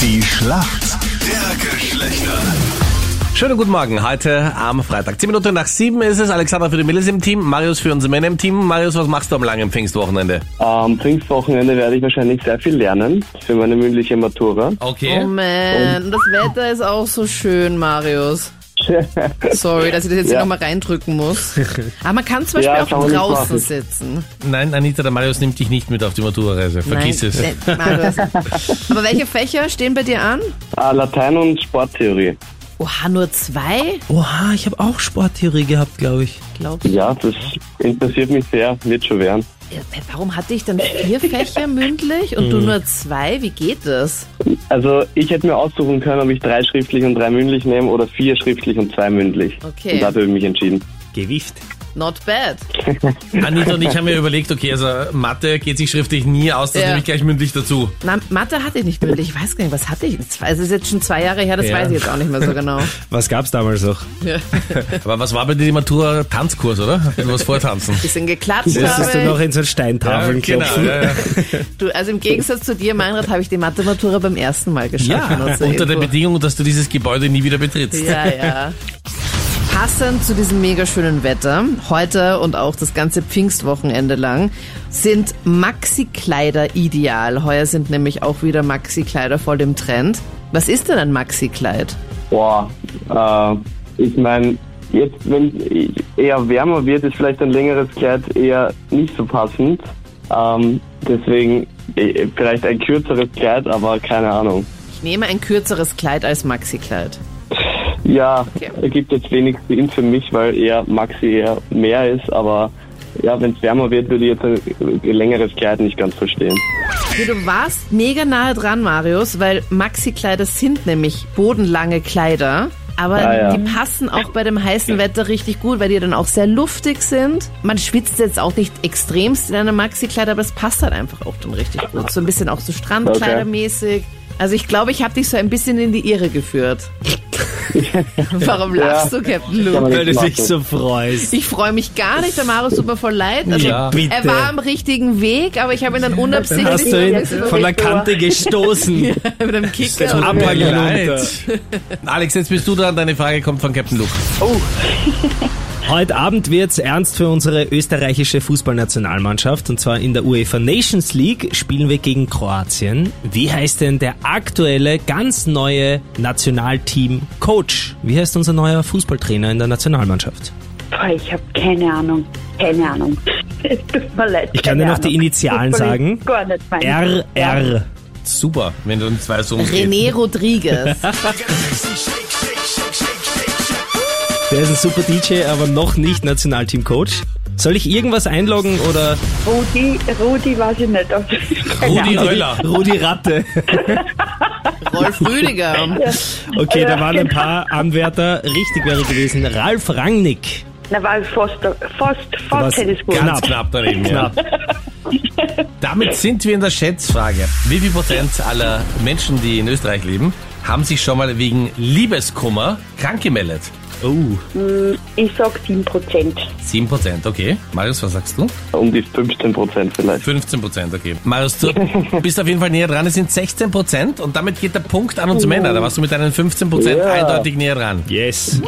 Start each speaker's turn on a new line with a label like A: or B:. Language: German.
A: Die Schlacht der Geschlechter.
B: Schönen guten Morgen, heute am Freitag. 10 Minuten nach 7 ist es. Alexander für die Mädels im Team, Marius für unsere Männer im Team. Marius, was machst du am langen Pfingstwochenende?
C: Am Pfingstwochenende werde ich wahrscheinlich sehr viel lernen für meine mündliche Matura.
B: Okay. Um,
D: Oh man, das Wetter ist auch so schön, Marius. Sorry, dass ich das jetzt hier
C: Ja.
D: nochmal reindrücken muss. Aber man kann zum Beispiel
C: Ja, kann
D: auch
C: man nicht
D: draußen
C: machen.
D: sitzen.
B: Nein, Anita, der Marius nimmt dich nicht mit auf die Matura-Reise. Vergiss es.
E: Äh,
D: Nein, ne- Marius. Aber welche Fächer stehen bei dir an?
C: Ah, Latein und Sporttheorie.
D: Oha, nur zwei?
E: Oha, ich habe auch Sporttheorie gehabt, glaube ich.
D: Glaubst du?
C: Ja, das interessiert mich sehr, wird schon werden.
D: Ja, Warum hatte ich dann vier Fächer mündlich und du
C: Mhm.
D: nur zwei? Wie geht das?
C: Also ich hätte mir aussuchen können, ob ich drei schriftlich und drei mündlich nehme oder vier schriftlich und zwei mündlich.
D: Okay.
C: Und dafür habe ich mich entschieden.
E: Gewicht.
D: Not bad.
B: Anita und ich haben mir überlegt, okay, also Mathe geht sich schriftlich nie aus, das
D: Ja.
B: nehme ich gleich mündlich dazu.
D: Na, Mathe hatte ich nicht mündlich. Ich weiß gar nicht, was hatte ich? Zwei- Es ist jetzt schon zwei Jahre her, das
B: Ja.
D: weiß ich jetzt auch nicht mehr so genau.
E: Was gab's damals noch?
B: Aber was war bei dir die Matura? Tanzkurs, oder? Du warst vortanzen.
D: Bisschen geklatscht
E: Musstest du
D: habe
E: noch in so Steintafeln klopfen?
B: Genau, ja, ja.
D: ich. Du, also im Gegensatz zu dir, Meinrad, habe ich die Mathe-Matura beim ersten Mal geschafft. Nur
B: ja
D: zur
B: unter der
D: Info.
B: Bedingung, dass du dieses Gebäude nie wieder betrittst.
D: Ja, ja. Passend zu diesem mega schönen Wetter, heute und auch das ganze Pfingstwochenende lang, sind Maxi-Kleider ideal. Heuer sind nämlich auch wieder Maxi-Kleider voll im Trend. Was ist denn ein Maxi-Kleid?
C: Boah, äh, ich meine, jetzt wenn eher wärmer wird, ist vielleicht ein längeres Kleid eher nicht so passend. Ähm, deswegen eh, vielleicht ein kürzeres Kleid, aber keine Ahnung.
D: Ich nehme ein kürzeres Kleid als Maxi-Kleid.
C: Ja,
D: Okay.
C: ergibt jetzt wenig Sinn für mich, weil eher Maxi eher mehr ist, aber ja, wenn es wärmer wird, würde ich jetzt ein längeres Kleid nicht ganz verstehen.
D: Okay, du warst mega nahe dran, Marius, weil Maxi-Kleider sind nämlich bodenlange Kleider. Aber
C: Ah, ja.
D: die passen auch bei dem heißen Wetter richtig gut, weil die dann auch sehr luftig sind. Man schwitzt jetzt auch nicht extremst in einem Maxi-Kleid, aber es passt halt einfach auch dann richtig gut. So ein bisschen auch so Strandkleidermäßig. Also ich glaube, ich habe dich so ein bisschen in die Irre geführt. Warum lachst du, Captain
C: Kann man
D: Luke?
C: nicht
E: Weil du
C: machen.
E: dich so freust.
D: Ich freue mich gar nicht, der Marius super voll leid. Also
B: Ja.
E: Bitte.
D: er war am richtigen Weg, aber ich habe ihn dann unabsichtlich...
E: Hast du ihn
D: jetzt
E: von der Kante gestoßen?
D: mit einem Kicker.
E: tut mir
B: Abhang
E: leid.
B: hinunter. Alex, jetzt bist du dran. Deine Frage kommt von Captain Luke.
E: Heute Abend wird's ernst für unsere österreichische Fußballnationalmannschaft. Und zwar in der UEFA Nations League spielen wir gegen Kroatien. Wie heißt denn der aktuelle, ganz neue Nationalteam-Coach? Wie heißt unser neuer Fußballtrainer in der Nationalmannschaft?
F: Boah, ich habe keine Ahnung. Keine Ahnung. Es tut mir leid.
E: Ich kann
F: keine
E: dir noch die
F: Ahnung.
E: Initialen
F: Das wollte ich
E: sagen.
F: Gar nicht meinen.
E: RR.
B: Super, wenn du uns weißt, worum es geht.
D: René Rodriguez.
E: Der ist ein super DJ, aber noch nicht Nationalteam-Coach. Soll ich irgendwas einloggen oder
F: Rudi, Rudi weiß ich nicht. ob- Keine
B: Rudi
F: Ahnung.
B: Röller.
E: Rudi Ratte?
D: Rolf Rüdiger.
E: Okay, da waren ein paar Anwärter. Richtig wäre gewesen Ralf Rangnick.
F: Na, war fast, fast,
E: warst genau.
F: fast hätte ich es gewusst.
B: Ganz knapp daneben. Ja.
E: Knapp.
B: Damit sind wir in der Schätzfrage. Wie viel Prozent aller Menschen, die in Österreich leben, haben sich schon mal wegen Liebeskummer krank gemeldet?
E: Oh,
F: Ich sag 7 Prozent.
B: 7 Prozent, okay. Marius, was sagst du?
C: Um die 15 Prozent vielleicht.
B: 15 Prozent, okay. Marius, du bist auf jeden Fall näher dran. Es sind 16 Prozent und damit geht der Punkt an uns Männer. Da warst du mit deinen 15 Prozent
C: Ja.
B: eindeutig näher dran.
E: yes.